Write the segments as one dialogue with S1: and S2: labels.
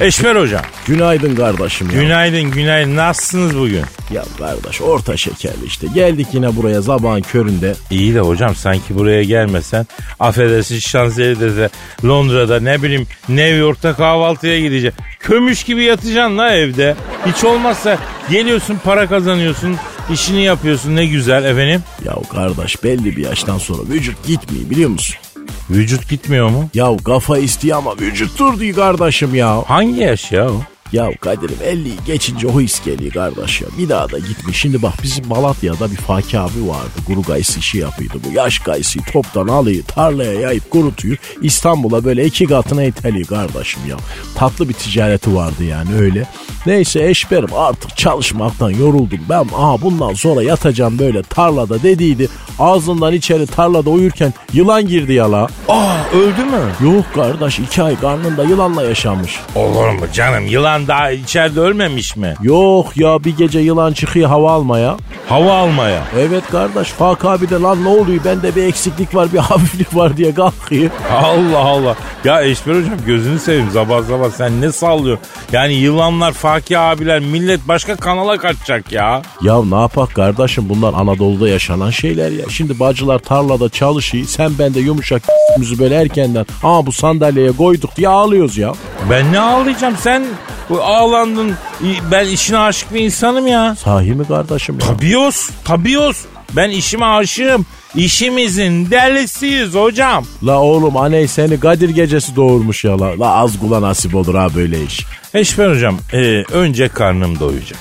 S1: Eşber Hocam.
S2: Günaydın kardeşim ya.
S1: Günaydın günaydın. Nasılsınız bugün?
S2: ya kardeş orta şekerli işte. Geldik yine buraya sabahın köründe.
S1: İyi de hocam sanki buraya gelmesen affedersin Şanzelize'de Londra'da ne bileyim New York'ta kahvaltıya gideceksin. Kömüş gibi yatacaksın la evde. Hiç olmazsa geliyorsun para kazanıyorsun işini yapıyorsun ne güzel efendim.
S2: Ya kardeş belli bir yaştan sonra vücut gitmiyor biliyor musun?
S1: Vücut gitmiyor mu?
S2: Ya kafa istiyor ama vücut dur diyor kardeşim ya.
S1: Hangi yaş ya o?
S2: Ya Kadir'im 50 geçince o his geliyor kardeş ya. Bir daha da gitmiş. Şimdi bak bizim Malatya'da bir Fakir abi vardı. Kuru kayısı işi yapıyordu bu. Yaş kayısıyı toptan alıyor tarlaya yayıp kurutuyor. İstanbul'a böyle iki katına iteliyor kardeşim ya. Tatlı bir ticareti vardı yani öyle. Neyse eşberim artık çalışmaktan yoruldum. Ben aha bundan sonra yatacağım böyle tarlada dediydi. Ağzından içeri tarlada uyurken yılan girdi yala.
S1: Aa öldü mü?
S2: Yok kardeş iki ay karnında yılanla yaşanmış.
S1: Olur mu canım yılan daha içeride ölmemiş mi?
S2: Yok ya bir gece yılan çıkıyor hava almaya.
S1: Hava almaya.
S2: Evet kardeş Fak abi de lan ne oluyor bende bir eksiklik var bir hafiflik var diye kalkıyor.
S1: Allah Allah. Ya Eşber hocam gözünü seveyim sabah sabah sen ne sallıyorsun? Yani yılanlar, Fakir abiler millet başka kanala kaçacak ya.
S2: Ya ne yapak kardeşim bunlar Anadolu'da yaşanan şeyler ya. Şimdi bacılar tarlada çalışıyor sen bende yumuşak müzü böyle erkenden aa bu sandalyeye koyduk diye ağlıyoruz ya.
S1: Ben ne ağlayacağım sen bu ağlandın. İ- Ben işine aşık bir insanım ya.
S2: Sahi mi kardeşim ya?
S1: Tabios, tabios. Ben işime aşığım. İşimizin delisiyiz hocam.
S2: La oğlum aney seni Kadir gecesi doğurmuş ya la. La az kula nasip olur ha böyle iş.
S1: Eşber hocam e, önce karnım doyacak.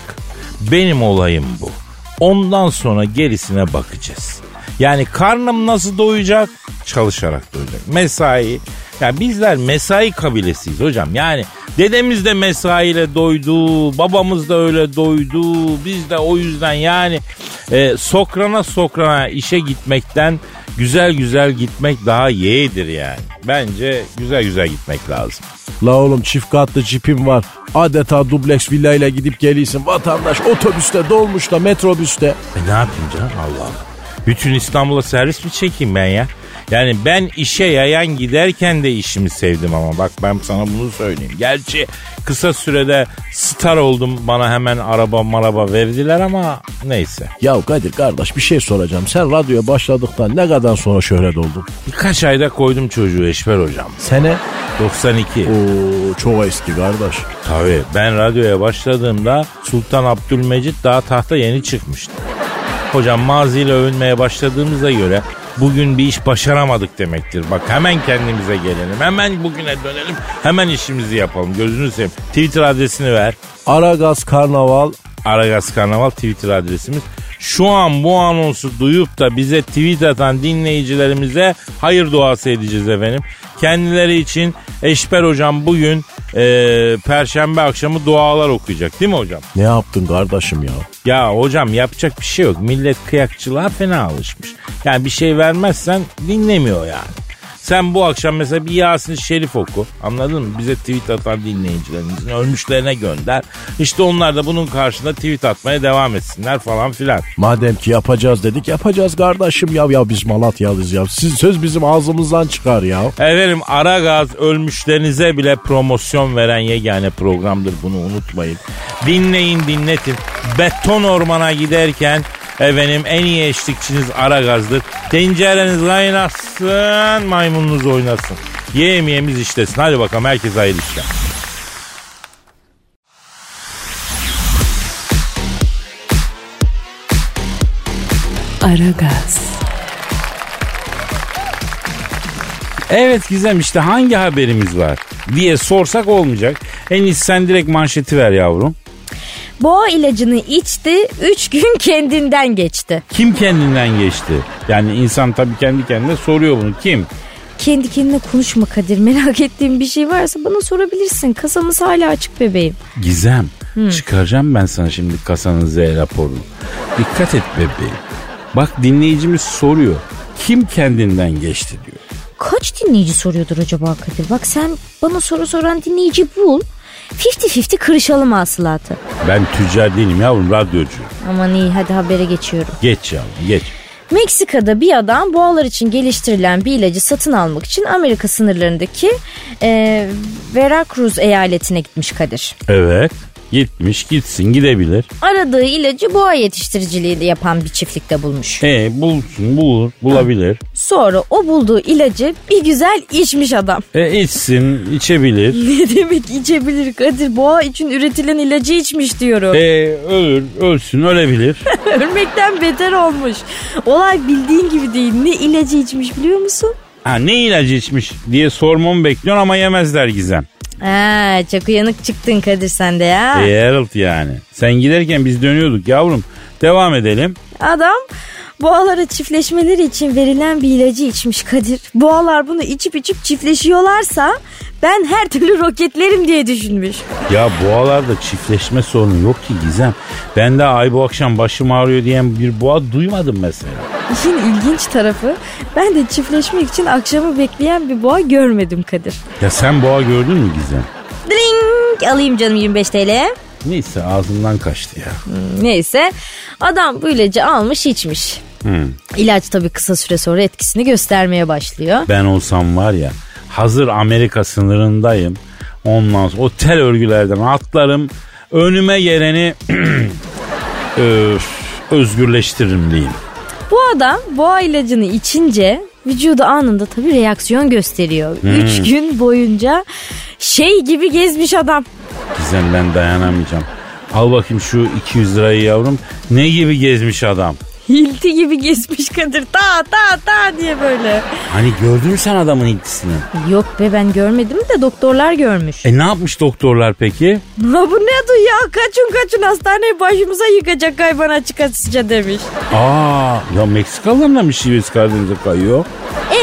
S1: Benim olayım bu. Ondan sonra gerisine bakacağız. Yani karnım nasıl doyacak? Çalışarak doyacak. Mesai. Ya bizler mesai kabilesiyiz hocam. Yani dedemiz de mesaiyle doydu. Babamız da öyle doydu. Biz de o yüzden yani e, sokrana sokrana işe gitmekten güzel güzel gitmek daha yeğidir yani. Bence güzel güzel gitmek lazım.
S2: La oğlum çift katlı cipim var. Adeta dubleks villayla gidip geliyorsun. Vatandaş otobüste, dolmuşta, metrobüste.
S1: E ne yapayım canım Allah Allah. Bütün İstanbul'a servis mi çekeyim ben ya? Yani ben işe yayan giderken de işimi sevdim ama bak ben sana bunu söyleyeyim. Gerçi kısa sürede star oldum bana hemen araba maraba verdiler ama neyse.
S2: Ya Kadir kardeş bir şey soracağım. Sen radyoya başladıktan ne kadar sonra şöhret oldun?
S1: Birkaç ayda koydum çocuğu Eşber hocam.
S2: Sene?
S1: 92.
S2: Oo çok eski kardeş.
S1: Tabii ben radyoya başladığımda Sultan Abdülmecit daha tahta yeni çıkmıştı. Hocam maziyle övünmeye başladığımıza göre bugün bir iş başaramadık demektir. Bak hemen kendimize gelelim. Hemen bugüne dönelim. Hemen işimizi yapalım. Gözünü seveyim. Twitter adresini ver.
S2: Aragaz Karnaval
S1: Aragaz Karnaval Twitter adresimiz. Şu an bu anonsu duyup da bize tweet atan dinleyicilerimize hayır duası edeceğiz efendim. Kendileri için Eşber Hocam bugün eee, Perşembe akşamı dualar okuyacak değil mi hocam?
S2: ne yaptın kardeşim ya?
S1: Ya hocam yapacak bir şey yok. Millet kıyakçılığa fena alışmış. Yani bir şey vermezsen dinlemiyor yani. Sen bu akşam mesela bir Yasin Şerif oku. Anladın mı? Bize tweet atan dinleyicilerimizin ölmüşlerine gönder. İşte onlar da bunun karşında tweet atmaya devam etsinler falan filan.
S2: Madem ki yapacağız dedik yapacağız kardeşim ya. Ya biz Malatyalıyız ya. Siz söz bizim ağzımızdan çıkar ya.
S1: Efendim Aragaz ölmüşlerinize bile promosyon veren yegane programdır bunu unutmayın. Dinleyin dinletin. Beton ormana giderken efendim en iyi eşlikçiniz Aragaz'dır. Tencereniz kaynasın maymununuz oynasın. Yemeyemiz işlesin. Hadi bakalım herkes hayırlı işler.
S3: Aragaz,
S1: Evet Gizem işte hangi haberimiz var diye sorsak olmayacak. En iyisi sen direkt manşeti ver yavrum.
S4: Boğa ilacını içti, 3 gün kendinden geçti.
S1: Kim kendinden geçti? Yani insan tabii kendi kendine soruyor bunu. Kim?
S4: Kendi kendine konuşma Kadir. Merak ettiğin bir şey varsa bana sorabilirsin. Kasamız hala açık bebeğim.
S1: Gizem. Çıkaracağım ben sana şimdi kasanın Z raporunu. Dikkat et bebeğim. Bak dinleyicimiz soruyor. Kim kendinden geçti diyor.
S4: Kaç dinleyici soruyordur acaba Kadir? Bak sen bana soru soran dinleyici bul. 50-50 kırışalım hasılatı.
S1: Ben tüccar değilim yavrum radyocu.
S4: Aman iyi hadi habere geçiyorum.
S1: Geç yavrum geç.
S4: Meksika'da bir adam boğalar için geliştirilen bir ilacı satın almak için Amerika sınırlarındaki e, Veracruz eyaletine gitmiş Kadir.
S1: Evet. Gitmiş gitsin gidebilir.
S4: Aradığı ilacı boğa yetiştiriciliği yapan bir çiftlikte bulmuş.
S1: E bulsun bulur bulabilir.
S4: Sonra o bulduğu ilacı bir güzel içmiş adam.
S1: E içsin içebilir.
S4: Ne demek içebilir Kadir? Boğa için üretilen ilacı içmiş diyorum.
S1: E ölür ölsün ölebilir.
S4: Ölmekten beter olmuş. Olay bildiğin gibi değil. Ne ilacı içmiş biliyor musun?
S1: Ha ne ilacı içmiş diye sormamı bekliyor ama yemezler Gizem.
S4: Ha, çok uyanık çıktın Kadir sen de ya.
S1: E Harold yani. Sen giderken biz dönüyorduk yavrum. Devam edelim.
S4: Adam boğalara çiftleşmeleri için verilen bir ilacı içmiş Kadir. Boğalar bunu içip içip çiftleşiyorlarsa ben her türlü roketlerim diye düşünmüş.
S1: Ya boğalarda çiftleşme sorunu yok ki Gizem. Ben de ay bu akşam başım ağrıyor diyen bir boğa duymadım mesela.
S4: İşin ilginç tarafı ben de çiftleşmek için akşamı bekleyen bir boğa görmedim Kadir.
S1: Ya sen boğa gördün mü Gizem?
S4: Dring alayım canım 25 TL.
S1: Neyse ağzından kaçtı ya.
S4: Neyse adam bu ilacı almış içmiş. İlaç tabii kısa süre sonra etkisini göstermeye başlıyor.
S1: Ben olsam var ya hazır Amerika sınırındayım. Ondan sonra o tel örgülerden atlarım. Önüme geleni öf, özgürleştiririm diyeyim.
S4: Bu adam boğa ilacını içince vücudu anında tabii reaksiyon gösteriyor. 3 gün boyunca şey gibi gezmiş adam.
S1: Gizem ben dayanamayacağım. Al bakayım şu 200 lirayı yavrum. Ne gibi gezmiş adam.
S4: Hilti gibi gezmiş Kadir. Ta ta ta diye böyle.
S1: Hani gördün mü sen adamın ilgisini?
S4: Yok be ben görmedim de doktorlar görmüş.
S1: E ne yapmış doktorlar peki?
S4: Ha bu ne du ya kaçın kaçın hastaneyi başımıza yıkacak kaybana çıkasıca demiş.
S1: Aa ya Meksikalılar da mı şivesi Karadeniz'e kayıyor?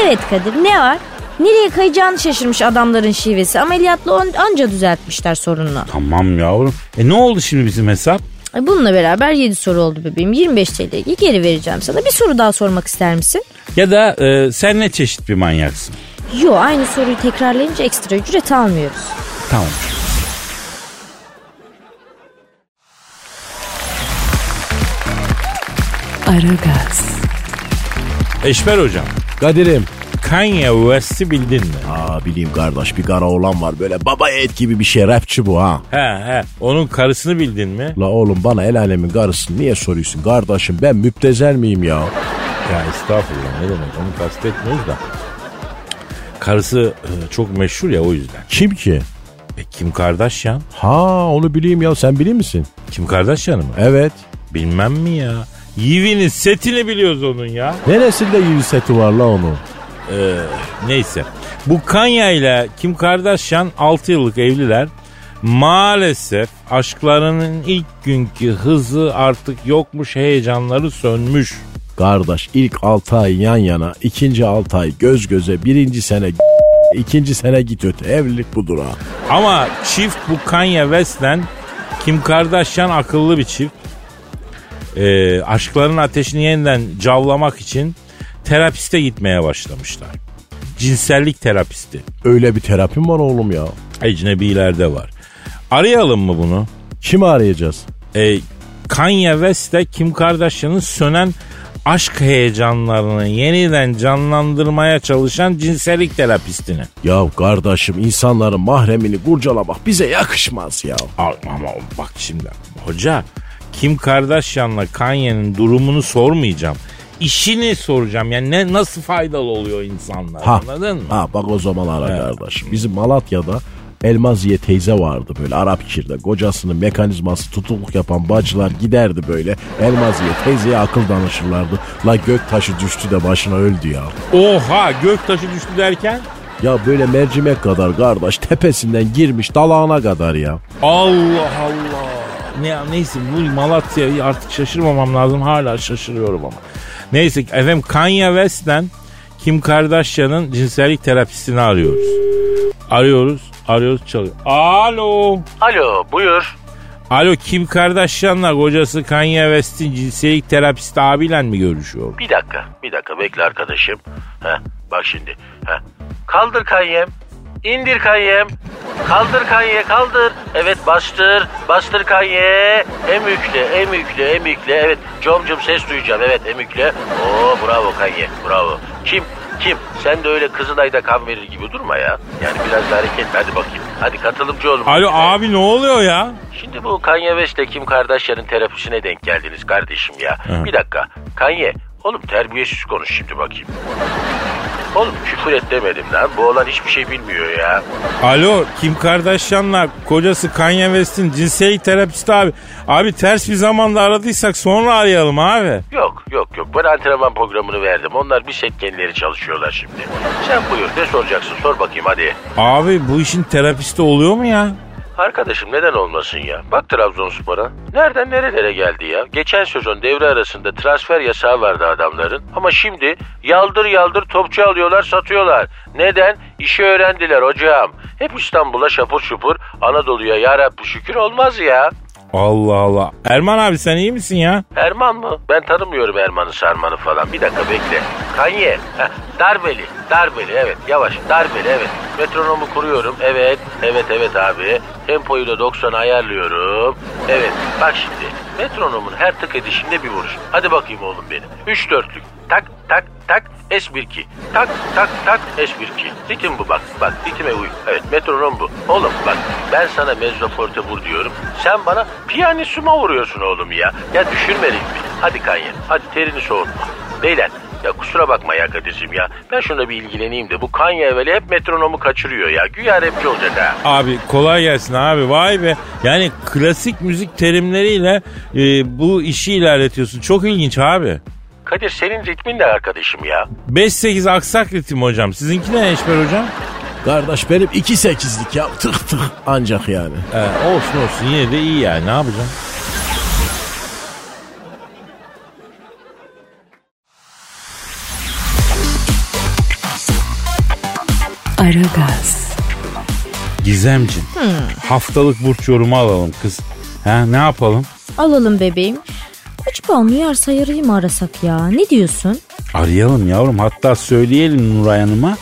S4: Evet Kadir ne var? Nereye kayacağını şaşırmış adamların şivesi. Ameliyatla on- anca düzeltmişler sorununu.
S1: Tamam yavrum. E ne oldu şimdi bizim hesap?
S4: E, Bununla beraber 7 soru oldu bebeğim. 25 TL'yi geri vereceğim sana. Bir soru daha sormak ister misin?
S1: Ya da e, sen ne çeşit bir manyaksın?
S4: Yo aynı soruyu tekrarlayınca ekstra ücret almıyoruz.
S1: Tamam.
S3: Aragaz,
S1: Eşber hocam.
S2: Kadir'im.
S1: Kanye West'i bildin mi?
S2: Aa bileyim kardeş bir kara oğlan var böyle baba et gibi bir şey rapçi bu ha.
S1: He he. Onun karısını bildin mi?
S2: La oğlum bana el alemin karısını niye soruyorsun kardeşim ben müptezel miyim ya?
S1: Ya estağfurullah ne demek onu kastetmiyoruz da. Karısı e, çok meşhur ya o yüzden.
S2: Kim ki?
S1: E, Kim Kardashian?
S2: Ha onu bileyim ya sen biliyor misin?
S1: Kim Kardashian'ı mı? E,
S2: Evet.
S1: Bilmem mi ya? Yivi'nin setini biliyoruz onun ya.
S2: Neresinde yüz seti var la onu?
S1: Neyse. Bu Kanye ile Kim Kardashian 6 yıllık evliler. Maalesef aşklarının ilk günkü hızı artık yokmuş, heyecanları sönmüş.
S2: Kardeş ilk 6 ay yan yana, ikinci 6 ay göz göze, birinci sene ikinci sene git öte. Evlilik budur ha.
S1: Ama çift bu Kanye West'ten Kim Kardashian akıllı bir çift. Ee, aşkların ateşini yeniden cavlamak için terapiste gitmeye başlamışlar. Cinsellik terapisti.
S2: Öyle bir terapim var oğlum ya.
S1: Ecnebilerde var. Arayalım mı bunu?
S2: Kimi arayacağız?
S1: e, Kanye West'te Kim Kardashian'ın sönen aşk heyecanlarını yeniden canlandırmaya çalışan cinsellik terapistini.
S2: Ya kardeşim insanların mahremini kurcalamak bize yakışmaz ya.
S1: Al- Ama bak şimdi hoca Kim Kardashian'la Kanye'nin durumunu sormayacağım. İşini soracağım yani ne nasıl faydalı oluyor insanlar
S2: Ha.
S1: anladın mı?
S2: Ha bak o zaman ara kardeşim. Bizim Malatya'da
S5: Elmaziye teyze vardı böyle Arap kirde. Kocasının mekanizması tutukluk yapan bacılar giderdi böyle. Elmaziye teyzeye akıl danışırlardı. La gök taşı düştü de başına öldü ya.
S1: Oha göktaşı düştü derken?
S5: Ya böyle mercimek kadar kardeş tepesinden girmiş dalağına kadar ya.
S1: Allah Allah. Ne, neyse bu Malatya'yı artık şaşırmamam lazım. Hala şaşırıyorum ama. Neyse efendim Kanye West'ten Kim Kardashian'ın cinsellik terapisini arıyoruz. Arıyoruz, arıyoruz, çalıyor. Alo.
S2: Alo buyur.
S1: Alo Kim Kardashian'la kocası Kanye West'in cinsellik terapisti abiyle mi görüşüyor?
S2: Bir dakika bir dakika bekle arkadaşım. Heh, bak şimdi. Heh. Kaldır kanyem. İndir kanyem. Kaldır kanye kaldır. Evet bastır. Bastır kanye. Emükle emükle emükle. Evet comcum ses duyacağım. Evet emükle. Oo bravo kanye bravo. Kim kim? Sen de öyle Kızılay'da kan verir gibi durma ya. Yani biraz da hareketli hadi bakayım. Hadi katılımcı olun.
S1: Alo abi ne oluyor ya?
S2: Şimdi bu Kanye West'le Kim Kardashian'ın terapisine denk geldiniz kardeşim ya.
S1: Hı.
S2: Bir dakika. Kanye, oğlum terbiyesiz konuş şimdi bakayım. Oğlum küfür et demedim lan. Bu olan hiçbir şey bilmiyor ya.
S1: Alo Kim Kardashian'la kocası Kanye West'in cinsellik terapisti abi. Abi ters bir zamanda aradıysak sonra arayalım abi.
S2: Yok yok yok. Ben antrenman programını verdim. Onlar bir set kendileri çalışıyorlar şimdi. Sen buyur ne soracaksın sor bakayım hadi.
S1: Abi bu işin terapisti oluyor mu ya?
S2: Arkadaşım neden olmasın ya? Bak Trabzonspor'a. Nereden nerelere geldi ya? Geçen sezon devre arasında transfer yasağı vardı adamların. Ama şimdi yaldır yaldır topçu alıyorlar satıyorlar. Neden? İşi öğrendiler hocam. Hep İstanbul'a şapur şupur Anadolu'ya yarabbi şükür olmaz ya.
S1: Allah Allah. Erman abi sen iyi misin ya?
S2: Erman mı? Ben tanımıyorum Erman'ı sarmanı falan. Bir dakika bekle. Kanye. Heh, darbeli. Darbeli evet. Yavaş. Darbeli evet. Metronomu kuruyorum. Evet. Evet evet abi. Tempoyu da 90'a ayarlıyorum. Evet. Bak şimdi. Metronomun her tık edişinde bir vuruş. Hadi bakayım oğlum benim. 3 dörtlük. Tak tak tak. S1-2. Tak tak tak S1-2. Ritim bu bak. Bak ritime uy. Evet metronom bu. Oğlum bak ben sana mezzoforte vur diyorum. Sen bana piyanissuma vuruyorsun oğlum ya. Ya düşürme ritmi. Hadi Kanye. Hadi terini soğutma. Beyler ya kusura bakma ya Kadir'cim ya. Ben şuna bir ilgileneyim de bu Kanye evveli hep metronomu kaçırıyor ya. Güya rapçi olacak ha.
S1: Abi kolay gelsin abi vay be. Yani klasik müzik terimleriyle e, bu işi ilerletiyorsun. Çok ilginç abi.
S2: Kadir senin ritmin ne arkadaşım ya?
S1: 5-8 aksak ritim hocam. Sizinki ne Eşber hocam?
S5: Kardeş benim 2.8'lik ya tık tık ancak yani.
S1: Ee, olsun olsun yine de iyi yani ne yapacağım?
S6: Aragaz,
S1: Gizemcim haftalık burç yorumu alalım kız. Ha, ne yapalım?
S4: Alalım bebeğim. Açık olmuyor arsa yarayı mı arasak ya? Ne diyorsun?
S1: Arayalım yavrum hatta söyleyelim Nuray Hanım'a.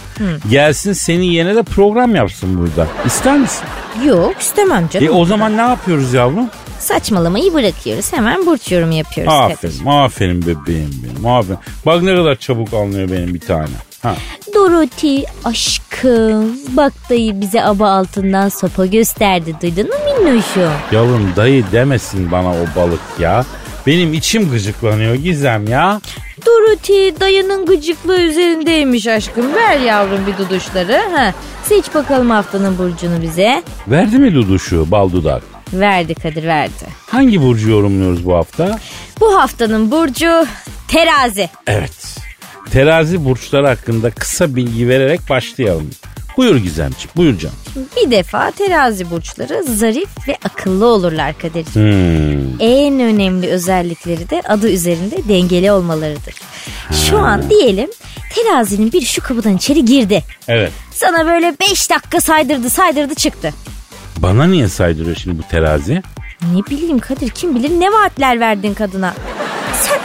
S1: Gelsin senin yerine de program yapsın burada. İster misin?
S4: Yok istemem canım.
S1: E o zaman ne yapıyoruz yavrum?
S4: Saçmalamayı bırakıyoruz. Hemen burç yorum yapıyoruz.
S1: Aferin, aferin bebeğim benim, aferin. Bak ne kadar çabuk anlıyor benim bir tane. Ha.
S4: Dorothy aşkım. Bak dayı bize aba altından sopa gösterdi. Duydun mu minnoşum?
S1: Yavrum dayı demesin bana o balık ya. Benim içim gıcıklanıyor Gizem ya.
S4: Dorothy dayının gıcıklığı üzerindeymiş aşkım. Ver yavrum bir duduşları. Ha. Seç bakalım haftanın burcunu bize.
S1: Verdi mi Duduş'u bal dudak?
S4: Verdi Kadir verdi.
S1: Hangi burcu yorumluyoruz bu hafta?
S4: Bu haftanın burcu terazi.
S1: Evet. Terazi burçları hakkında kısa bilgi vererek başlayalım. Buyur Gizemciğim, buyur canım.
S4: Bir defa terazi burçları zarif ve akıllı olurlar Kadir'ciğim.
S1: Hmm.
S4: En önemli özellikleri de adı üzerinde dengeli olmalarıdır. Şu an diyelim terazinin bir şu kapıdan içeri girdi.
S1: Evet.
S4: Sana böyle 5 dakika saydırdı saydırdı çıktı.
S1: Bana niye saydırıyor şimdi bu terazi?
S4: Ne bileyim Kadir kim bilir ne vaatler verdin kadına. Sen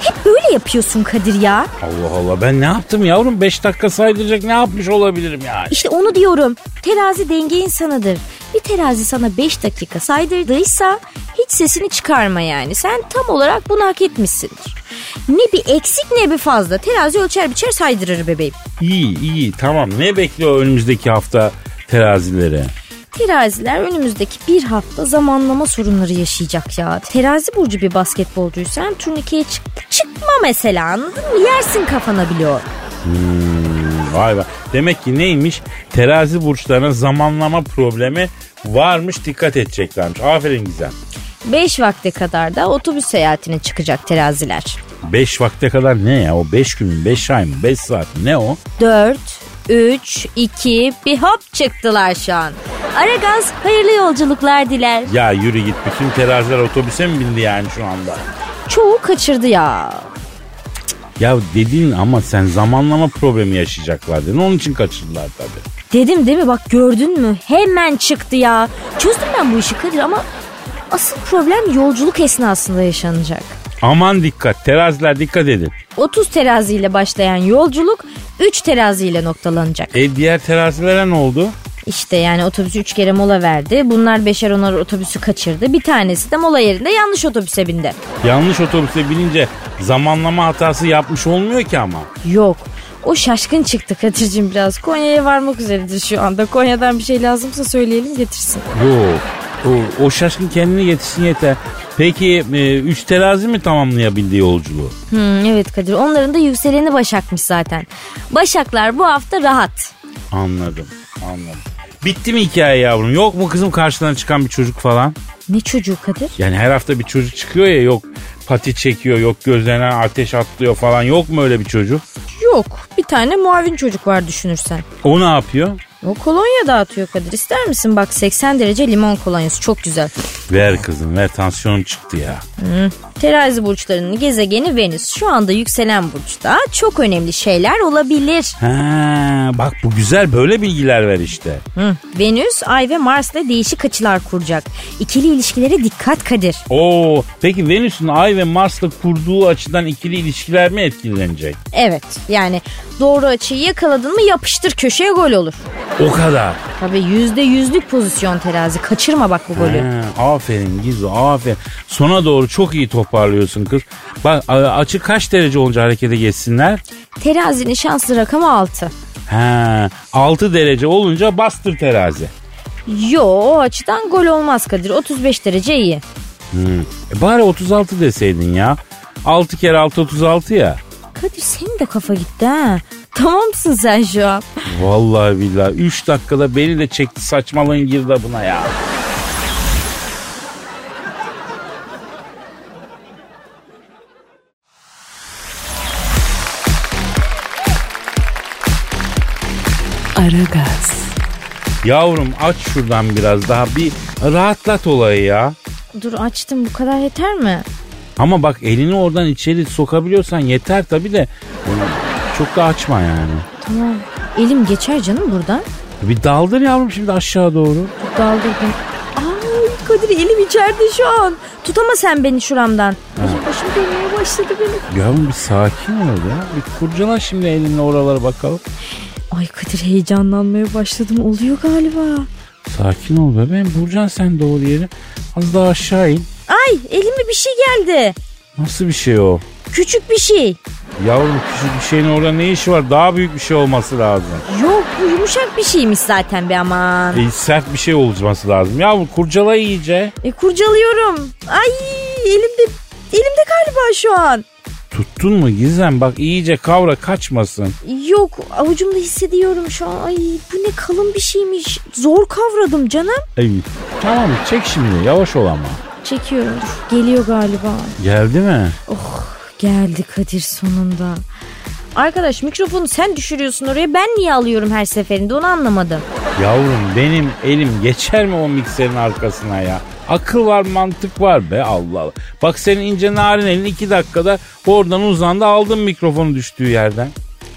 S4: hep böyle yapıyorsun Kadir ya.
S1: Allah Allah ben ne yaptım yavrum? 5 dakika saydıracak ne yapmış olabilirim yani?
S4: İşte onu diyorum. Terazi denge insanıdır. Bir terazi sana 5 dakika saydırdıysa hiç sesini çıkarma yani. Sen tam olarak bunu hak etmişsindir. Ne bir eksik ne bir fazla. Terazi ölçer biçer saydırır bebeğim.
S1: İyi iyi tamam ne bekliyor önümüzdeki hafta terazileri?
S4: Teraziler önümüzdeki bir hafta zamanlama sorunları yaşayacak ya. Terazi burcu bir basketbolcuysan turnikeye çık çıkma mesela anladın mı? Yersin kafana bile o.
S1: Vay vay. Demek ki neymiş? Terazi burçlarının zamanlama problemi varmış dikkat edeceklermiş. Aferin Gizem.
S4: 5 vakte kadar da otobüs seyahatine çıkacak teraziler.
S1: 5 vakte kadar ne ya? O 5 gün, 5 ay mı? 5 saat mi? Ne o?
S4: 4, 3, 2, bir hop çıktılar şu an. Aragaz hayırlı yolculuklar diler.
S1: Ya yürü git bütün teraziler otobüse mi bindi yani şu anda?
S4: Çoğu kaçırdı ya.
S1: Ya dedin ama sen zamanlama problemi yaşayacaklar dedin. Onun için kaçırdılar tabii.
S4: Dedim değil mi bak gördün mü hemen çıktı ya. Çözdüm ben bu işi Kadir ama asıl problem yolculuk esnasında yaşanacak.
S1: Aman dikkat teraziler dikkat edin.
S4: 30 teraziyle başlayan yolculuk 3 teraziyle noktalanacak.
S1: E diğer terazilere ne oldu?
S4: İşte yani otobüsü 3 kere mola verdi. Bunlar beşer onar otobüsü kaçırdı. Bir tanesi de mola yerinde yanlış otobüse bindi.
S1: Yanlış otobüse binince zamanlama hatası yapmış olmuyor ki ama.
S4: Yok. O şaşkın çıktı Kadir'cim biraz. Konya'ya varmak üzeredir şu anda. Konya'dan bir şey lazımsa söyleyelim getirsin.
S1: Yok. O, o şaşkın kendini yetişsin yeter. Peki e, üç terazi mi tamamlayabildi yolculuğu?
S4: Hmm, evet Kadir onların da yükseleni Başak'mış zaten. Başaklar bu hafta rahat.
S1: Anladım. Anladım. Bitti mi hikaye yavrum? Yok mu kızım karşıdan çıkan bir çocuk falan?
S4: Ne çocuğu Kadir?
S1: Yani her hafta bir çocuk çıkıyor ya yok pati çekiyor yok gözlerine ateş atlıyor falan yok mu öyle bir çocuk?
S4: Yok bir tane muavin çocuk var düşünürsen.
S1: O ne yapıyor?
S4: O kolonya dağıtıyor Kadir. İster misin? Bak 80 derece limon kolonyası çok güzel.
S1: Ver kızım ver tansiyonum çıktı ya.
S4: Terazi burçlarının gezegeni Venüs. Şu anda yükselen burçta çok önemli şeyler olabilir.
S1: Ha, bak bu güzel böyle bilgiler ver işte.
S4: Hı. Venüs, Ay ve Mars'la değişik açılar kuracak. İkili ilişkilere dikkat Kadir.
S1: Oo, peki Venüs'ün Ay ve Mars'la kurduğu açıdan ikili ilişkiler mi etkilenecek?
S4: Evet yani doğru açıyı yakaladın mı yapıştır köşeye gol olur.
S1: O kadar.
S4: Tabii yüzde yüzlük pozisyon terazi. Kaçırma bak bu golü.
S1: Ha, aferin Gizu aferin. Sona doğru çok iyi toparlıyorsun kız. Bak a- açı kaç derece olunca harekete geçsinler?
S4: Terazinin şanslı rakamı 6.
S1: Ha, 6 derece olunca bastır terazi.
S4: Yo o açıdan gol olmaz Kadir. 35 derece iyi.
S1: Hmm. E bari 36 deseydin ya. 6 kere 6 36 ya.
S4: Kadir senin de kafa gitti ha. Tamamsın sen şu an.
S1: Vallahi billahi 3 dakikada beni de çekti saçmalığın girdabına ya.
S3: Aragaz,
S1: Yavrum aç şuradan biraz daha bir rahatlat olayı ya.
S4: Dur açtım bu kadar yeter mi?
S1: Ama bak elini oradan içeri sokabiliyorsan yeter tabi de çok da açma yani.
S4: Tamam. Elim geçer canım buradan.
S1: Bir daldır yavrum şimdi aşağı doğru.
S4: Daldırdım. Ay Kadir elim içeride şu an. Tutama sen beni şuramdan. Ay, başım dönmeye başladı benim.
S1: Yavrum bir sakin ol ya. Bir kurcala şimdi elinle oralara bakalım.
S4: Ay Kadir heyecanlanmaya başladım. Oluyor galiba.
S1: Sakin ol bebeğim. Burcan sen doğru yere. Az daha aşağı in.
S4: Ay elime bir şey geldi.
S1: Nasıl bir şey o?
S4: Küçük bir şey.
S1: Yavrum küçük bir şeyin orada ne işi var? Daha büyük bir şey olması lazım.
S4: Yok bu yumuşak bir şeymiş zaten be aman.
S1: E, sert bir şey olması lazım. Yavrum kurcala iyice.
S4: E, kurcalıyorum. Ay elimde elimde galiba şu an.
S1: Tuttun mu Gizem? Bak iyice kavra kaçmasın.
S4: Yok avucumda hissediyorum şu an. Ay bu ne kalın bir şeymiş. Zor kavradım canım.
S1: Ay, tamam çek şimdi yavaş ol ama.
S4: Çekiyorum. Dur, Geliyor galiba.
S1: Geldi mi?
S4: Geldi Kadir sonunda. Arkadaş mikrofonu sen düşürüyorsun oraya ben niye alıyorum her seferinde onu anlamadım.
S1: Yavrum benim elim geçer mi o mikserin arkasına ya? Akıl var mantık var be Allah Allah. Bak senin ince narin elin iki dakikada oradan uzandı aldın mikrofonu düştüğü yerden.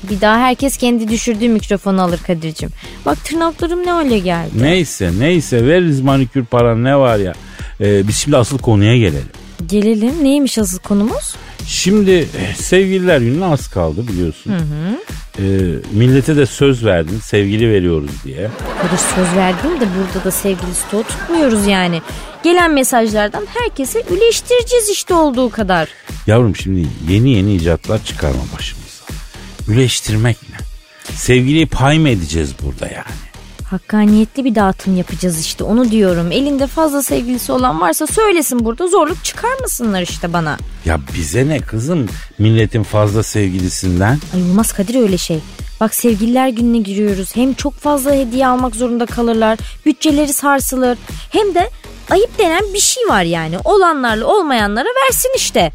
S4: Bir daha herkes kendi düşürdüğü mikrofonu alır Kadir'cim. Bak tırnaklarım ne hale geldi.
S1: Neyse neyse veririz manikür paranı ne var ya. Ee, biz şimdi asıl konuya gelelim.
S4: Gelelim neymiş asıl konumuz?
S1: Şimdi eh, sevgililer gününe az kaldı biliyorsun. Ee, millete de söz verdin sevgili veriyoruz diye.
S4: Kadir söz verdim de burada da sevgili stoğu tutmuyoruz yani. Gelen mesajlardan herkese üleştireceğiz işte olduğu kadar.
S1: Yavrum şimdi yeni yeni icatlar çıkarma başımıza. Üleştirmek ne? Sevgiliyi pay mı edeceğiz burada yani?
S4: Hakkaniyetli bir dağıtım yapacağız işte onu diyorum. Elinde fazla sevgilisi olan varsa söylesin burada zorluk çıkarmasınlar işte bana.
S1: Ya bize ne kızım milletin fazla sevgilisinden?
S4: Ay olmaz Kadir öyle şey. Bak sevgililer gününe giriyoruz. Hem çok fazla hediye almak zorunda kalırlar. Bütçeleri sarsılır. Hem de ayıp denen bir şey var yani. Olanlarla olmayanlara versin işte.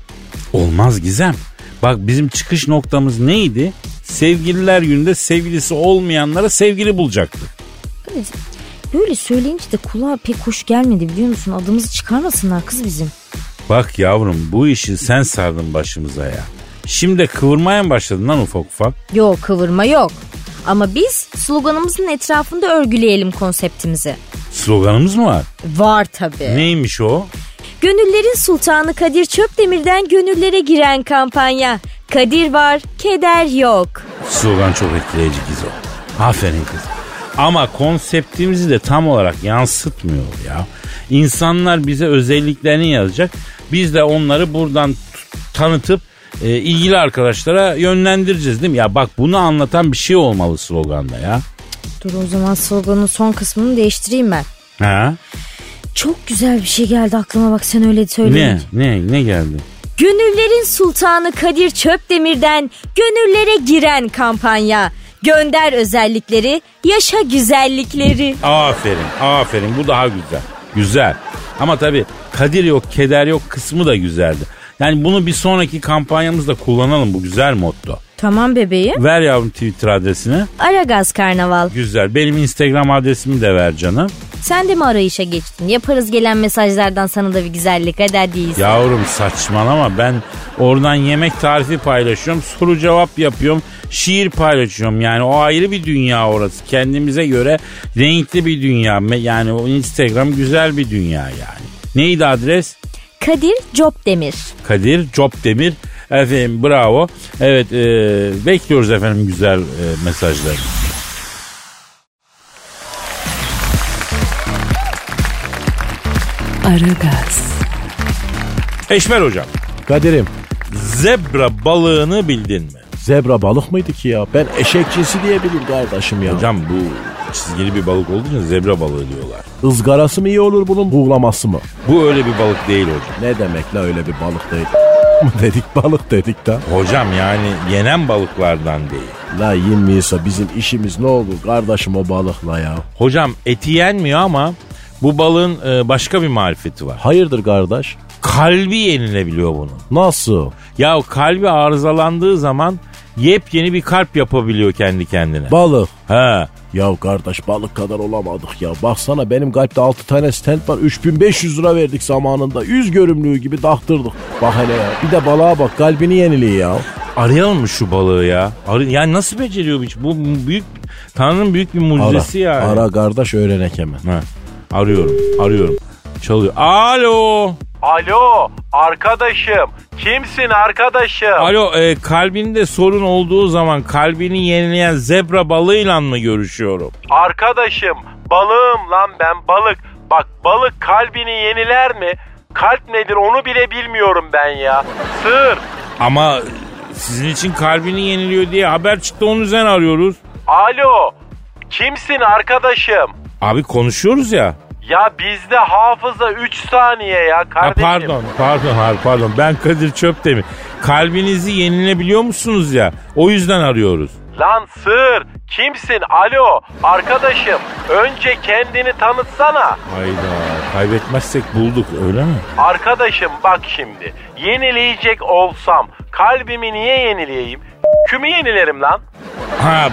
S1: Olmaz Gizem. Bak bizim çıkış noktamız neydi? Sevgililer gününde sevgilisi olmayanlara sevgili bulacaktı.
S4: Böyle söyleyince de kulağa pek hoş gelmedi biliyor musun? Adımızı çıkarmasınlar kız bizim.
S1: Bak yavrum bu işi sen sardın başımıza ya. Şimdi de kıvırmaya mı başladın lan ufak ufak?
S4: Yok kıvırma yok. Ama biz sloganımızın etrafında örgüleyelim konseptimizi.
S1: Sloganımız mı var?
S4: Var tabii.
S1: Neymiş o?
S4: Gönüllerin Sultanı Kadir Çöpdemir'den gönüllere giren kampanya. Kadir var, keder yok.
S1: Slogan çok etkileyici Gizo. Aferin kız. Ama konseptimizi de tam olarak yansıtmıyor ya. İnsanlar bize özelliklerini yazacak. Biz de onları buradan t- tanıtıp e, ilgili arkadaşlara yönlendireceğiz değil mi? Ya bak bunu anlatan bir şey olmalı sloganda ya.
S4: Dur o zaman sloganın son kısmını değiştireyim ben.
S1: Ha?
S4: Çok güzel bir şey geldi aklıma bak sen öyle
S1: Ne?
S4: söyleyince.
S1: Ne? Ne geldi?
S4: Gönüllerin Sultanı Kadir Çöpdemir'den gönüllere giren kampanya. Gönder özellikleri, yaşa güzellikleri.
S1: Aferin, aferin. Bu daha güzel. Güzel. Ama tabii kadir yok, keder yok kısmı da güzeldi. Yani bunu bir sonraki kampanyamızda kullanalım bu güzel motto.
S4: Tamam bebeğim.
S1: Ver yavrum Twitter adresini.
S4: Aragaz Karnaval.
S1: Güzel. Benim Instagram adresimi de ver canım.
S4: Sen de mi arayışa geçtin? Yaparız gelen mesajlardan sana da bir güzellik eder değilsin.
S1: Yavrum saçmalama ben oradan yemek tarifi paylaşıyorum. Soru cevap yapıyorum. Şiir paylaşıyorum. Yani o ayrı bir dünya orası. Kendimize göre renkli bir dünya. Me- Yani o Instagram güzel bir dünya yani. Neydi adres?
S4: Kadir Copdemir.
S1: Kadir Copdemir. Efendim bravo. Evet e, bekliyoruz efendim güzel e, mesajları.
S7: Aragaz,
S1: Eşmer hocam.
S2: Kadir'im
S1: Zebra balığını bildin mi?
S2: zebra balık mıydı ki ya? Ben eşek cinsi diyebilirim kardeşim ya.
S1: Hocam bu çizgili bir balık olduğu için zebra balığı diyorlar.
S2: Izgarası mı iyi olur bunun buğulaması mı?
S1: Bu öyle bir balık değil hocam.
S2: Ne demek la öyle bir balık değil. Mı dedik balık dedik da.
S1: Hocam yani yenen balıklardan değil.
S2: La yenmiyorsa bizim işimiz ne olur kardeşim o balıkla ya.
S1: Hocam eti yenmiyor ama bu balığın e, başka bir marifeti var.
S2: Hayırdır kardeş?
S1: Kalbi yenilebiliyor bunun.
S2: Nasıl?
S1: Ya kalbi arızalandığı zaman yepyeni bir kalp yapabiliyor kendi kendine.
S2: Balık.
S1: He.
S2: Ya kardeş balık kadar olamadık ya. Baksana benim kalpte 6 tane stent var. 3500 lira verdik zamanında. Yüz görümlüğü gibi daktırdık. Bak hele ya. Bir de balığa bak kalbini yeniliyor ya.
S1: Arayalım mı şu balığı ya? Arı yani nasıl beceriyor bu? iş? Bu büyük Tanrı'nın büyük bir mucizesi yani.
S2: ara kardeş öğrenek hemen.
S1: Ha, arıyorum, arıyorum. Çalıyor. Alo.
S8: Alo arkadaşım kimsin arkadaşım?
S1: Alo, e, kalbinde sorun olduğu zaman kalbini yenileyen zebra balığıyla mı görüşüyorum?
S8: Arkadaşım balığım lan ben balık. Bak balık kalbini yeniler mi? Kalp nedir onu bile bilmiyorum ben ya. Sır.
S1: Ama sizin için kalbini yeniliyor diye haber çıktı onun üzerine arıyoruz.
S8: Alo. Kimsin arkadaşım?
S1: Abi konuşuyoruz ya.
S8: Ya bizde hafıza 3 saniye ya
S1: Ha,
S8: kardeşim.
S1: pardon, pardon, ha, pardon. Ben Kadir Çöptemir. Kalbinizi yenilebiliyor musunuz ya? O yüzden arıyoruz.
S8: Lan sır. Kimsin? Alo. Arkadaşım önce kendini tanıtsana.
S1: Hayda kaybetmezsek bulduk öyle mi?
S8: Arkadaşım bak şimdi. Yenileyecek olsam kalbimi niye yenileyeyim? Kümü yenilerim lan.
S1: Ha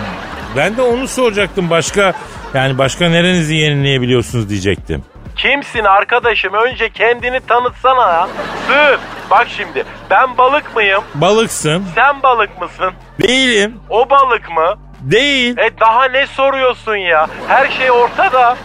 S1: ben de onu soracaktım başka yani başka nerenizi yenileyebiliyorsunuz diyecektim.
S8: Kimsin arkadaşım? Önce kendini tanıtsana ya. Sır. Bak şimdi ben balık mıyım?
S1: Balıksın.
S8: Sen balık mısın?
S1: Değilim.
S8: O balık mı?
S1: Değil.
S8: E daha ne soruyorsun ya? Her şey ortada.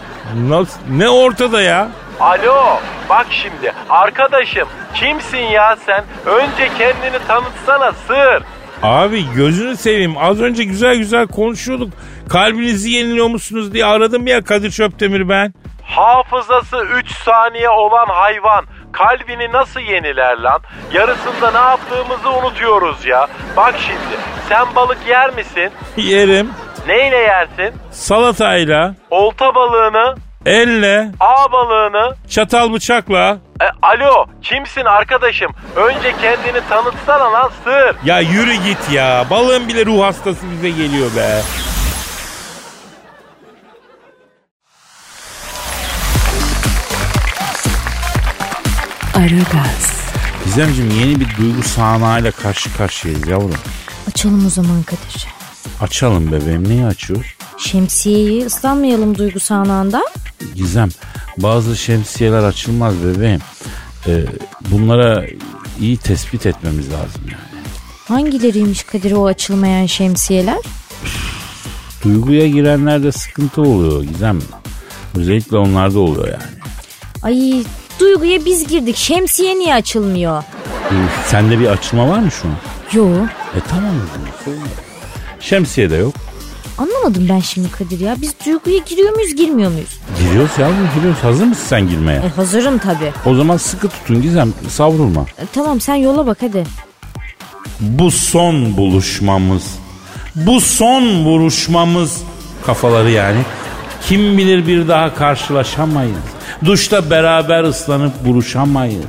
S1: Nasıl- Ne ortada ya?
S8: Alo. Bak şimdi arkadaşım kimsin ya sen? Önce kendini tanıtsana sır.
S1: Abi gözünü seveyim. Az önce güzel güzel konuşuyorduk. Kalbinizi yeniliyor musunuz diye aradım ya Kadir Çöptemir ben.
S8: Hafızası 3 saniye olan hayvan kalbini nasıl yeniler lan? Yarısında ne yaptığımızı unutuyoruz ya. Bak şimdi sen balık yer misin?
S1: Yerim.
S8: Neyle yersin?
S1: Salatayla.
S8: Olta balığını
S9: Elle,
S8: A balığını.
S9: çatal bıçakla.
S8: E, alo kimsin arkadaşım? Önce kendini tanıtsana lan sır.
S9: Ya yürü git ya. Balığın bile ruh hastası bize geliyor be.
S3: Aragaz,
S1: Gizemciğim yeni bir duygu sahnayla karşı karşıyayız yavrum.
S4: Açalım o zaman Kadir.
S1: Açalım bebeğim neyi açıyoruz?
S4: Şemsiyeyi ıslanmayalım duygu sahnağından.
S1: Gizem bazı şemsiyeler açılmaz bebeğim. Ee, bunlara iyi tespit etmemiz lazım yani.
S4: Hangileriymiş Kadir o açılmayan şemsiyeler?
S1: Duyguya girenlerde sıkıntı oluyor Gizem. Özellikle onlarda oluyor yani.
S4: Ay duyguya biz girdik. Şemsiye niye açılmıyor?
S1: Ee, sende bir açılma var mı şu an?
S4: Yo
S1: E tamam o zaman. sorun yok. Şemsiye de yok.
S4: anlamadım ben şimdi Kadir ya. Biz duyguya giriyor muyuz girmiyor muyuz?
S1: Giriyoruz yavrum giriyoruz. Hazır mısın sen girmeye?
S4: E, hazırım tabii.
S1: O zaman sıkı tutun Gizem savrulma.
S4: E, tamam sen yola bak hadi.
S1: Bu son buluşmamız. Bu son vuruşmamız. Kafaları yani. Kim bilir bir daha karşılaşamayız. Duşta beraber ıslanıp buruşamayız.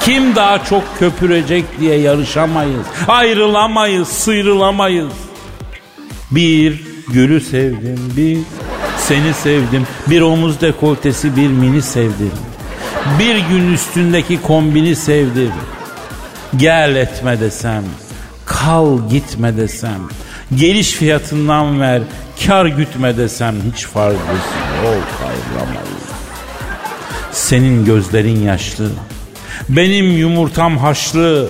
S1: Kim daha çok köpürecek diye yarışamayız. Ayrılamayız, sıyrılamayız. Bir gülü sevdim, bir seni sevdim. Bir omuz dekoltesi, bir mini sevdim. Bir gün üstündeki kombini sevdim. Gel etme desem, kal gitme desem, geliş fiyatından ver, kar gütme desem hiç fark etsin. Ol kayramayız. Senin gözlerin yaşlı, benim yumurtam haşlı,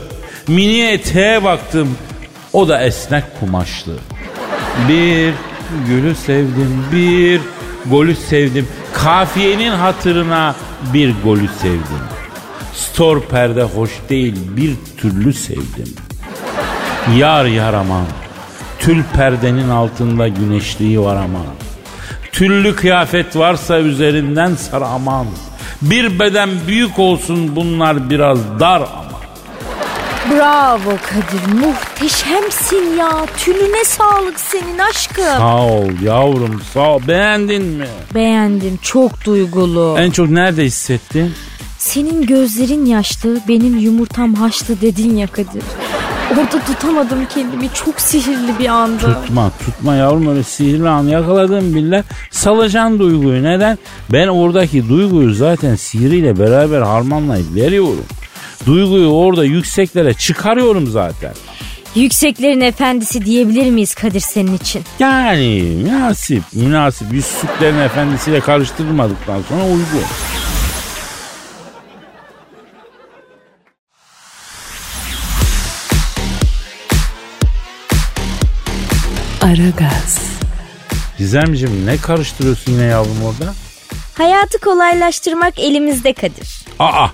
S1: mini eteğe baktım, o da esnek kumaşlı. Bir gülü sevdim, bir golü sevdim, kafiyenin hatırına bir golü sevdim. Stor perde hoş değil bir türlü sevdim. Yar yaraman. Tül perdenin altında güneşliği var aman. Tüllü kıyafet varsa üzerinden sar aman. Bir beden büyük olsun bunlar biraz dar ama.
S4: Bravo Kadir muhteşemsin ya. Tülüne sağlık senin aşkım.
S1: Sağ ol yavrum sağ ol. Beğendin mi?
S4: Beğendim çok duygulu.
S1: En çok nerede hissettin?
S4: Senin gözlerin yaşlı, benim yumurtam haşlı dedin ya Kadir. Orada tutamadım kendimi. Çok sihirli bir anda.
S1: Tutma tutma yavrum öyle sihirli an yakaladım billah. Salacan duyguyu neden? Ben oradaki duyguyu zaten sihiriyle beraber harmanlayıp veriyorum. Duyguyu orada yükseklere çıkarıyorum zaten.
S4: Yükseklerin efendisi diyebilir miyiz Kadir senin için?
S1: Yani münasip münasip yüzsüklerin efendisiyle karıştırmadıktan sonra uygun.
S3: Aragaz,
S1: Gizemciğim ne karıştırıyorsun yine yavrum orada?
S4: Hayatı kolaylaştırmak elimizde Kadir.
S1: Aa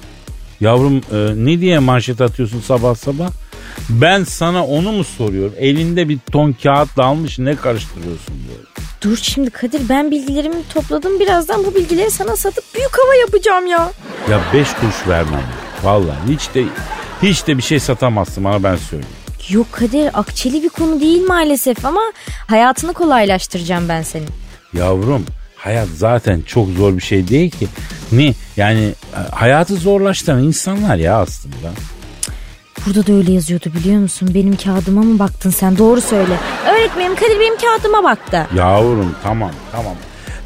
S1: yavrum e, ne diye manşet atıyorsun sabah sabah? Ben sana onu mu soruyorum? Elinde bir ton kağıt almış ne karıştırıyorsun diyor.
S4: Dur şimdi Kadir ben bilgilerimi topladım. Birazdan bu bilgileri sana satıp büyük hava yapacağım ya.
S1: Ya beş kuruş vermem. Vallahi hiç de hiç de bir şey satamazsın bana ben söyleyeyim.
S4: Yok Kadir akçeli bir konu değil maalesef ama hayatını kolaylaştıracağım ben senin.
S1: Yavrum hayat zaten çok zor bir şey değil ki. Ne yani e, hayatı zorlaştıran insanlar ya aslında.
S4: Burada da öyle yazıyordu biliyor musun? Benim kağıdıma mı baktın sen? Doğru söyle. Öğretmenim Kadir benim kağıdıma baktı.
S1: Yavrum tamam tamam.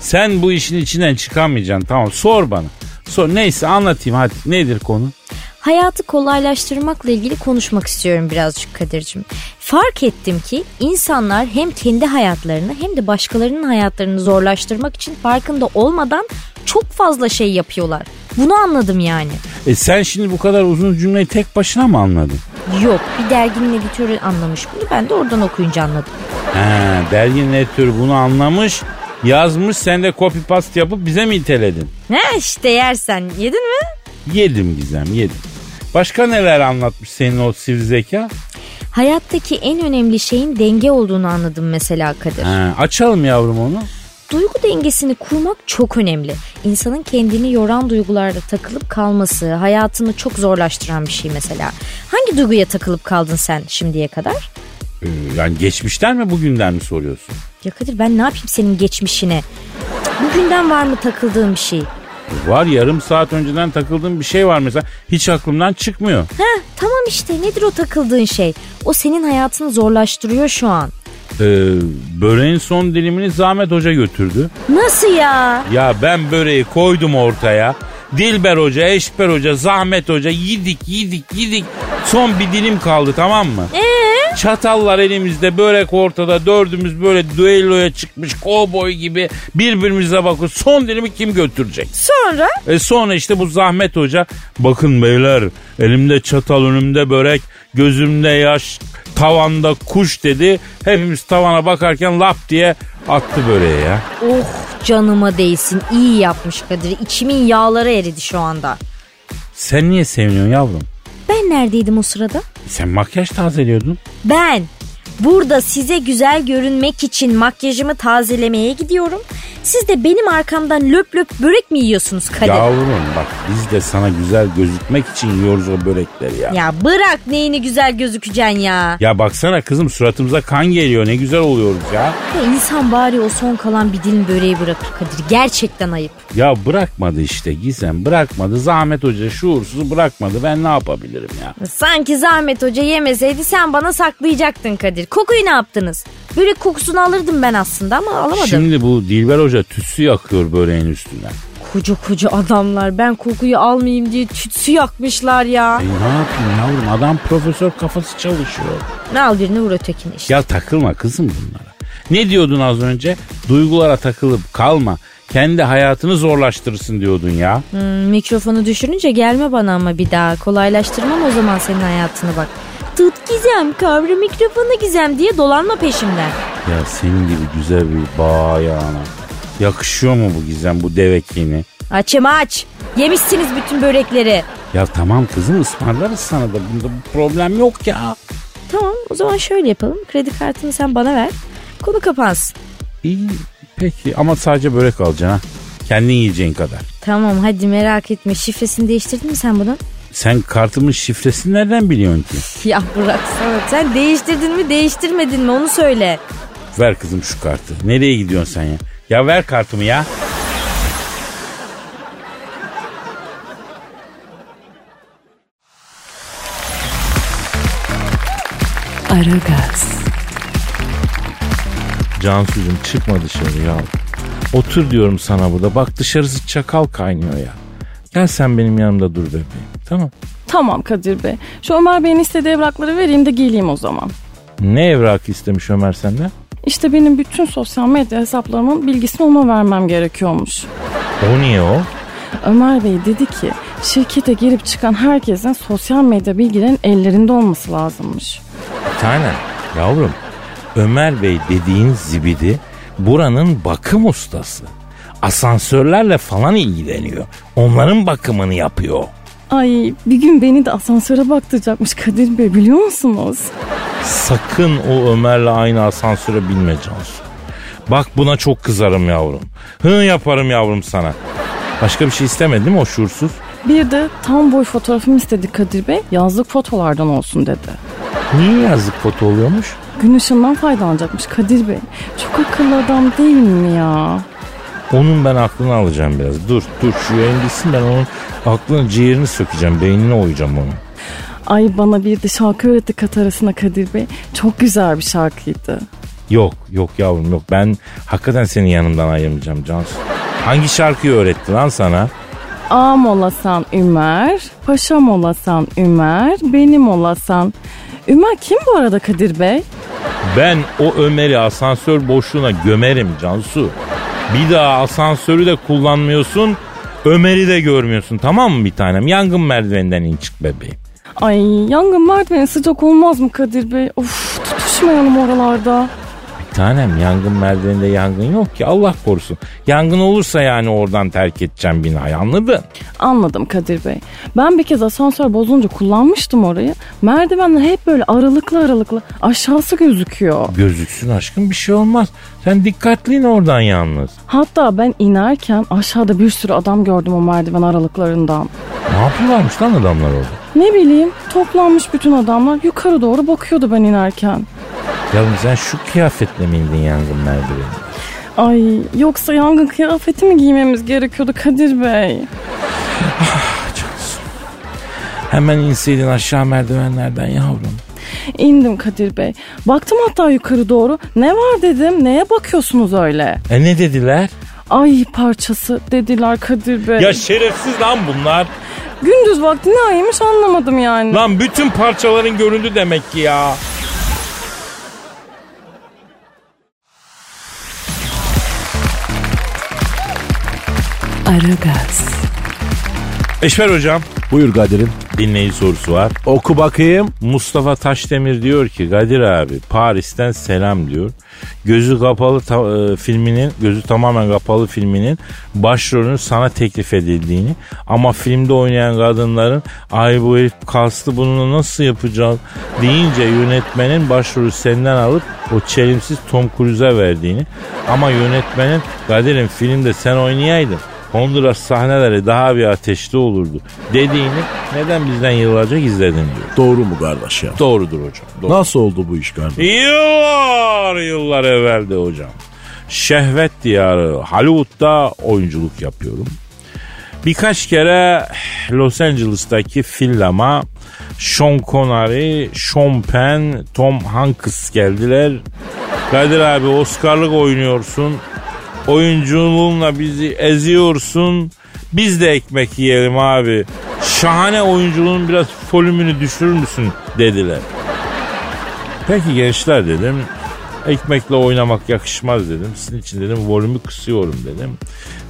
S1: Sen bu işin içinden çıkamayacaksın tamam sor bana. Sor neyse anlatayım hadi nedir konu?
S4: Hayatı kolaylaştırmakla ilgili konuşmak istiyorum birazcık Kadir'cim. Fark ettim ki insanlar hem kendi hayatlarını hem de başkalarının hayatlarını zorlaştırmak için farkında olmadan çok fazla şey yapıyorlar. Bunu anladım yani.
S1: E sen şimdi bu kadar uzun cümleyi tek başına mı anladın?
S4: Yok bir derginin editörü anlamış bunu ben de oradan okuyunca anladım.
S1: He derginin editörü bunu anlamış yazmış sen de copy paste yapıp bize mi iteledin?
S4: Ne işte yersen yedin mi?
S1: Yedim Gizem yedim. Başka neler anlatmış senin o sivri zeka?
S4: Hayattaki en önemli şeyin denge olduğunu anladım mesela Kadir.
S1: He, açalım yavrum onu.
S4: Duygu dengesini kurmak çok önemli. İnsanın kendini yoran duygularda takılıp kalması hayatını çok zorlaştıran bir şey mesela. Hangi duyguya takılıp kaldın sen şimdiye kadar?
S1: Ee, Yani geçmişten mi bugünden mi soruyorsun?
S4: Ya Kadir ben ne yapayım senin geçmişine? Bugünden var mı takıldığın bir şey?
S10: Var yarım saat önceden takıldığım bir şey var mesela. Hiç aklımdan çıkmıyor.
S4: Heh tamam işte nedir o takıldığın şey? O senin hayatını zorlaştırıyor şu an.
S10: Ee, böreğin son dilimini Zahmet Hoca götürdü.
S4: Nasıl ya?
S10: Ya ben böreği koydum ortaya. Dilber Hoca, Eşber Hoca, Zahmet Hoca yedik yedik yedik. Son bir dilim kaldı tamam mı?
S4: Ee?
S10: Çatallar elimizde, börek ortada, dördümüz böyle düelloya çıkmış kovboy gibi birbirimize bakıyoruz. Son dilimi kim götürecek?
S4: Sonra?
S10: E sonra işte bu Zahmet Hoca bakın beyler elimde çatal önümde börek gözümde yaş tavanda kuş dedi. Hepimiz tavana bakarken lap diye attı böreği ya.
S4: Oh canıma değsin iyi yapmış Kadir. İçimin yağları eridi şu anda.
S10: Sen niye seviniyorsun yavrum?
S4: Ben neredeydim o sırada?
S10: Sen makyaj tazeliyordun.
S4: Ben burada size güzel görünmek için makyajımı tazelemeye gidiyorum. Siz de benim arkamdan löp löp börek mi yiyorsunuz Kadir?
S10: Yavrum bak biz de sana güzel gözükmek için yiyoruz o börekleri ya. ya.
S4: Ya bırak neyini güzel gözükeceksin ya.
S10: baksana kızım suratımıza kan geliyor ne güzel oluyoruz ya.
S4: Ya insan bari o son kalan bir dilim böreği bırakır Kadir. Gerçekten ayıp.
S10: Ya bırakmadı işte Gizem bırakmadı. Zahmet Hoca şuursuz bırakmadı. Ben ne yapabilirim ya?
S4: Sanki Zahmet Hoca yemeseydi sen bana saklayacaktın Kadir. Kokuyu ne yaptınız? Börek kokusunu alırdım ben aslında ama alamadım.
S10: Şimdi bu Dilber Hoca tütsü yakıyor böreğin üstüne.
S4: Koca koca adamlar ben kokuyu almayayım diye tütsü yakmışlar ya.
S10: E ne yapayım yavrum adam profesör kafası çalışıyor.
S4: Ne al birini vur ötekine işte.
S10: Ya takılma kızım bunlara. Ne diyordun az önce? Duygulara takılıp kalma. Kendi hayatını zorlaştırırsın diyordun ya.
S4: Hmm, mikrofonu düşürünce gelme bana ama bir daha. Kolaylaştırmam o zaman senin hayatını bak. Tut gizem kavra mikrofonu gizem diye dolanma peşimden.
S10: Ya senin gibi güzel bir bayana. Yakışıyor mu bu gizem bu devekini?
S4: Açım aç. Yemişsiniz bütün börekleri.
S10: Ya tamam kızım ısmarlarız sana da bunda bir problem yok ya.
S4: Tamam o zaman şöyle yapalım. Kredi kartını sen bana ver. Konu kapansın.
S10: İyi peki ama sadece börek alacaksın ha. Kendin yiyeceğin kadar.
S4: Tamam hadi merak etme. Şifresini değiştirdin mi sen bunun?
S10: Sen kartımın şifresini nereden biliyorsun ki?
S4: Ya bıraksana. Sen değiştirdin mi değiştirmedin mi onu söyle.
S10: Ver kızım şu kartı. Nereye gidiyorsun sen ya? Ya ver kartımı ya.
S3: Aragaz,
S1: Cansucuğum çıkma dışarı ya. Otur diyorum sana burada. Bak dışarısı çakal kaynıyor ya. Gel sen benim yanımda dur bebeğim. Tamam.
S11: Tamam Kadir Bey. Şu Ömer Bey'in istediği evrakları vereyim de geleyim o zaman.
S1: Ne evrak istemiş Ömer senden?
S11: İşte benim bütün sosyal medya hesaplarımın bilgisini ona vermem gerekiyormuş.
S1: O niye o?
S11: Ömer Bey dedi ki şirkete girip çıkan herkesin sosyal medya bilgilerinin ellerinde olması lazımmış.
S1: Bir tane. Yavrum Ömer Bey dediğin zibidi buranın bakım ustası. Asansörlerle falan ilgileniyor. Onların bakımını yapıyor.
S11: Ay bir gün beni de asansöre baktıracakmış Kadir Bey biliyor musunuz?
S1: Sakın o Ömer'le aynı asansöre binme Cansu. Bak buna çok kızarım yavrum. Hı yaparım yavrum sana. Başka bir şey istemedi mi o şuursuz?
S11: Bir de tam boy fotoğrafımı istedi Kadir Bey yazlık fotolardan olsun dedi.
S1: Niye yazık foto oluyormuş?
S11: Gün ışığından faydalanacakmış Kadir Bey. Çok akıllı adam değil mi ya?
S1: Onun ben aklını alacağım biraz. Dur dur şu yayın bitsin ben onun aklını ciğerini sökeceğim. Beynini oyacağım onu.
S11: Ay bana bir de şarkı öğretti kat arasına Kadir Bey. Çok güzel bir şarkıydı.
S1: Yok yok yavrum yok ben hakikaten senin yanından ayırmayacağım Cansu. Hangi şarkıyı öğretti lan sana?
S11: Ağam olasan Ümer, paşam olasan Ümer, benim olasan. Ümer kim bu arada Kadir Bey?
S1: Ben o Ömer'i asansör boşluğuna gömerim Cansu. Bir daha asansörü de kullanmıyorsun, Ömer'i de görmüyorsun tamam mı bir tanem? Yangın merdiveninden in çık bebeğim.
S11: Ay yangın merdiveni sıcak olmaz mı Kadir Bey? Of tutuşmayalım oralarda.
S1: Bir tanem yangın merdiveninde yangın yok ki Allah korusun. Yangın olursa yani oradan terk edeceğim binayı anladın?
S11: Anladım Kadir Bey. Ben bir kez asansör bozulunca kullanmıştım orayı. Merdivenler hep böyle aralıklı aralıklı aşağısı gözüküyor.
S1: Gözüksün aşkım bir şey olmaz. Sen dikkatli in oradan yalnız.
S11: Hatta ben inerken aşağıda bir sürü adam gördüm o merdiven aralıklarından.
S1: Ne yapıyorlarmış lan adamlar orada?
S11: Ne bileyim toplanmış bütün adamlar yukarı doğru bakıyordu ben inerken.
S1: Yavrum sen şu kıyafetle mi indin yangın merdiveni?
S11: Ay yoksa yangın kıyafeti mi giymemiz gerekiyordu Kadir Bey?
S10: Hemen inseydin aşağı merdivenlerden yavrum.
S11: İndim Kadir Bey. Baktım hatta yukarı doğru. Ne var dedim. Neye bakıyorsunuz öyle?
S1: E ne dediler?
S11: Ay parçası dediler Kadir Bey.
S1: Ya şerefsiz lan bunlar.
S11: Gündüz vakti ne ayıymış anlamadım yani.
S1: Lan bütün parçaların göründü demek ki ya.
S3: Aragaz,
S1: Eşver hocam
S2: Buyur Kadir'im.
S1: dinleyici sorusu var.
S2: Oku bakayım.
S1: Mustafa Taşdemir diyor ki Kadir abi Paris'ten selam diyor. Gözü kapalı ta- e, filminin gözü tamamen kapalı filminin başrolünün sana teklif edildiğini ama filmde oynayan kadınların ay bu herif kastı bunu nasıl yapacağız deyince yönetmenin başrolü senden alıp o çelimsiz Tom Cruise'a verdiğini ama yönetmenin Kadir'im filmde sen oynayaydın Honduras sahneleri daha bir ateşli olurdu dediğini neden bizden yıllarca gizledin diyor.
S2: Doğru mu kardeş ya?
S1: Doğrudur hocam. Doğru.
S2: Nasıl oldu bu iş kardeş?
S1: Yıllar yıllar evvelde hocam. Şehvet diyarı Hollywood'da oyunculuk yapıyorum. Birkaç kere Los Angeles'taki fillama Sean Connery, Sean Penn, Tom Hanks geldiler. Kadir abi Oscar'lık oynuyorsun. Oyunculuğunla bizi eziyorsun. Biz de ekmek yiyelim abi. Şahane oyunculuğun biraz volümünü düşürür müsün dediler. Peki gençler dedim. Ekmekle oynamak yakışmaz dedim. Sizin için dedim volümü kısıyorum dedim.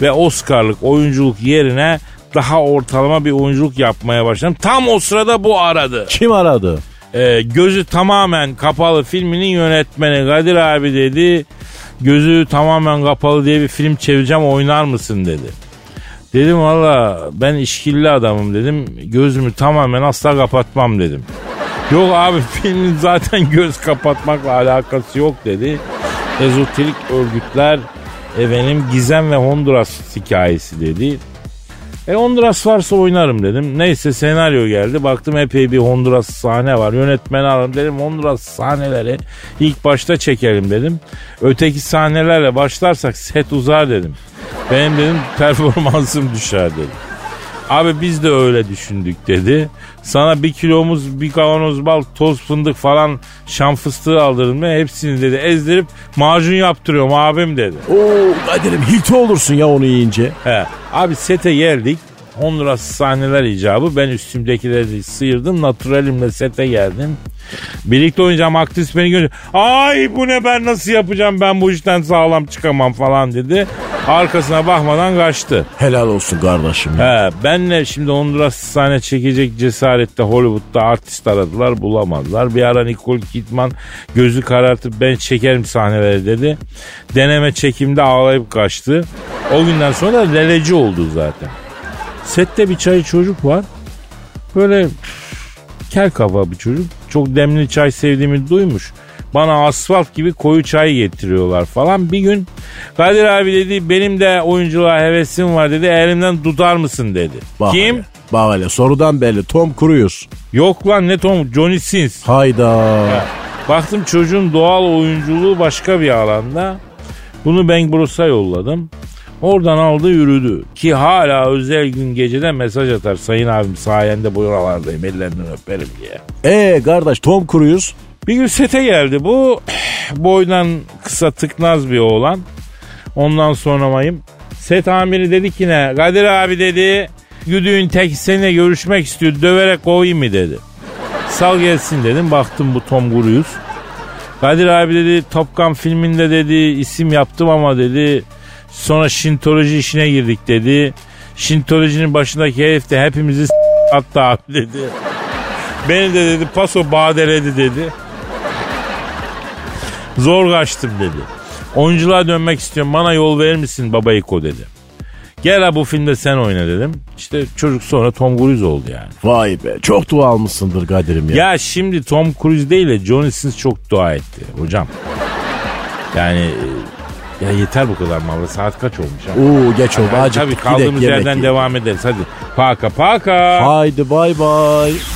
S1: Ve Oscar'lık oyunculuk yerine daha ortalama bir oyunculuk yapmaya başladım. Tam o sırada bu aradı.
S2: Kim aradı?
S1: Ee, gözü tamamen kapalı filminin yönetmeni Kadir abi dedi. Gözü tamamen kapalı diye bir film çevireceğim oynar mısın dedi. Dedim valla ben işkilli adamım dedim. Gözümü tamamen asla kapatmam dedim. Yok abi filmin zaten göz kapatmakla alakası yok dedi. Ezoterik örgütler efendim Gizem ve Honduras hikayesi dedi. E Honduras varsa oynarım dedim. Neyse senaryo geldi. Baktım epey bir Honduras sahne var. Yönetmeni aradım dedim Honduras sahneleri ilk başta çekelim dedim. Öteki sahnelerle başlarsak set uzar dedim. Benim dedim performansım düşer dedim. Abi biz de öyle düşündük dedi. Sana bir kilomuz bir kavanoz bal toz fındık falan şam fıstığı aldırdım ve hepsini dedi ezdirip macun yaptırıyorum abim dedi.
S2: Oo Kadir'im hilti olursun ya onu yiyince.
S1: He. Abi sete geldik. Honduras sahneler icabı. Ben üstümdekileri sıyırdım. Naturalimle sete geldim. Birlikte oynayacağım aktris beni görünce ay bu ne ben nasıl yapacağım ben bu işten sağlam çıkamam falan dedi. Arkasına bakmadan kaçtı.
S2: Helal olsun kardeşim. ya.
S1: He, benle şimdi Honduras sahne çekecek cesarette Hollywood'da artist aradılar bulamadılar. Bir ara Nicole Kidman gözü karartıp ben çekerim sahneleri dedi. Deneme çekimde ağlayıp kaçtı. O günden sonra da leleci oldu zaten. Sette bir çay çocuk var. Böyle kel kafa bir çocuk. Çok demli çay sevdiğimi duymuş. Bana asfalt gibi koyu çay getiriyorlar falan. Bir gün Kadir abi dedi benim de oyunculuğa hevesim var dedi. Elimden tutar mısın dedi.
S2: Bak
S1: Kim?
S2: hele, Bak hele sorudan belli. Tom Cruise.
S1: Yok lan ne Tom Johnny Sins.
S2: Hayda.
S1: Baktım çocuğun doğal oyunculuğu başka bir alanda. Bunu Bang Bros'a yolladım. Oradan aldı yürüdü. Ki hala özel gün gecede mesaj atar. Sayın abim sayende buralardayım ellerinden öperim diye.
S2: Ee kardeş Tom Cruise.
S1: Bir gün sete geldi bu. Boydan kısa tıknaz bir oğlan. Ondan sonra mayım. Set amiri dedi ki ne? Kadir abi dedi. Güdüğün tek seninle görüşmek istiyor. Döverek kovayım mı dedi. Sal gelsin dedim. Baktım bu Tom Cruise. Kadir abi dedi Top Gun filminde dedi isim yaptım ama dedi sonra Şintoloji işine girdik dedi. Şintolojinin başındaki herif de hepimizi s- attı abi dedi. Beni de dedi paso badeledi dedi. Zor kaçtım dedi. Oyunculuğa dönmek istiyorum bana yol verir misin babayı ko dedi. Gel ha bu filmde sen oyna dedim. İşte çocuk sonra Tom Cruise oldu yani.
S2: Vay be çok dua almışsındır Kadir'im ya.
S1: Ya şimdi Tom Cruise değil de Johnny Sins çok dua etti hocam. Yani e, ya yeter bu kadar mavra saat kaç olmuş ha?
S2: Oo geç oldu
S1: Yani
S2: acıktık.
S1: tabii
S2: Gidelim,
S1: kaldığımız
S2: yemek
S1: yerden
S2: yiyelim.
S1: devam ederiz hadi. Paka paka.
S2: Haydi bay bay.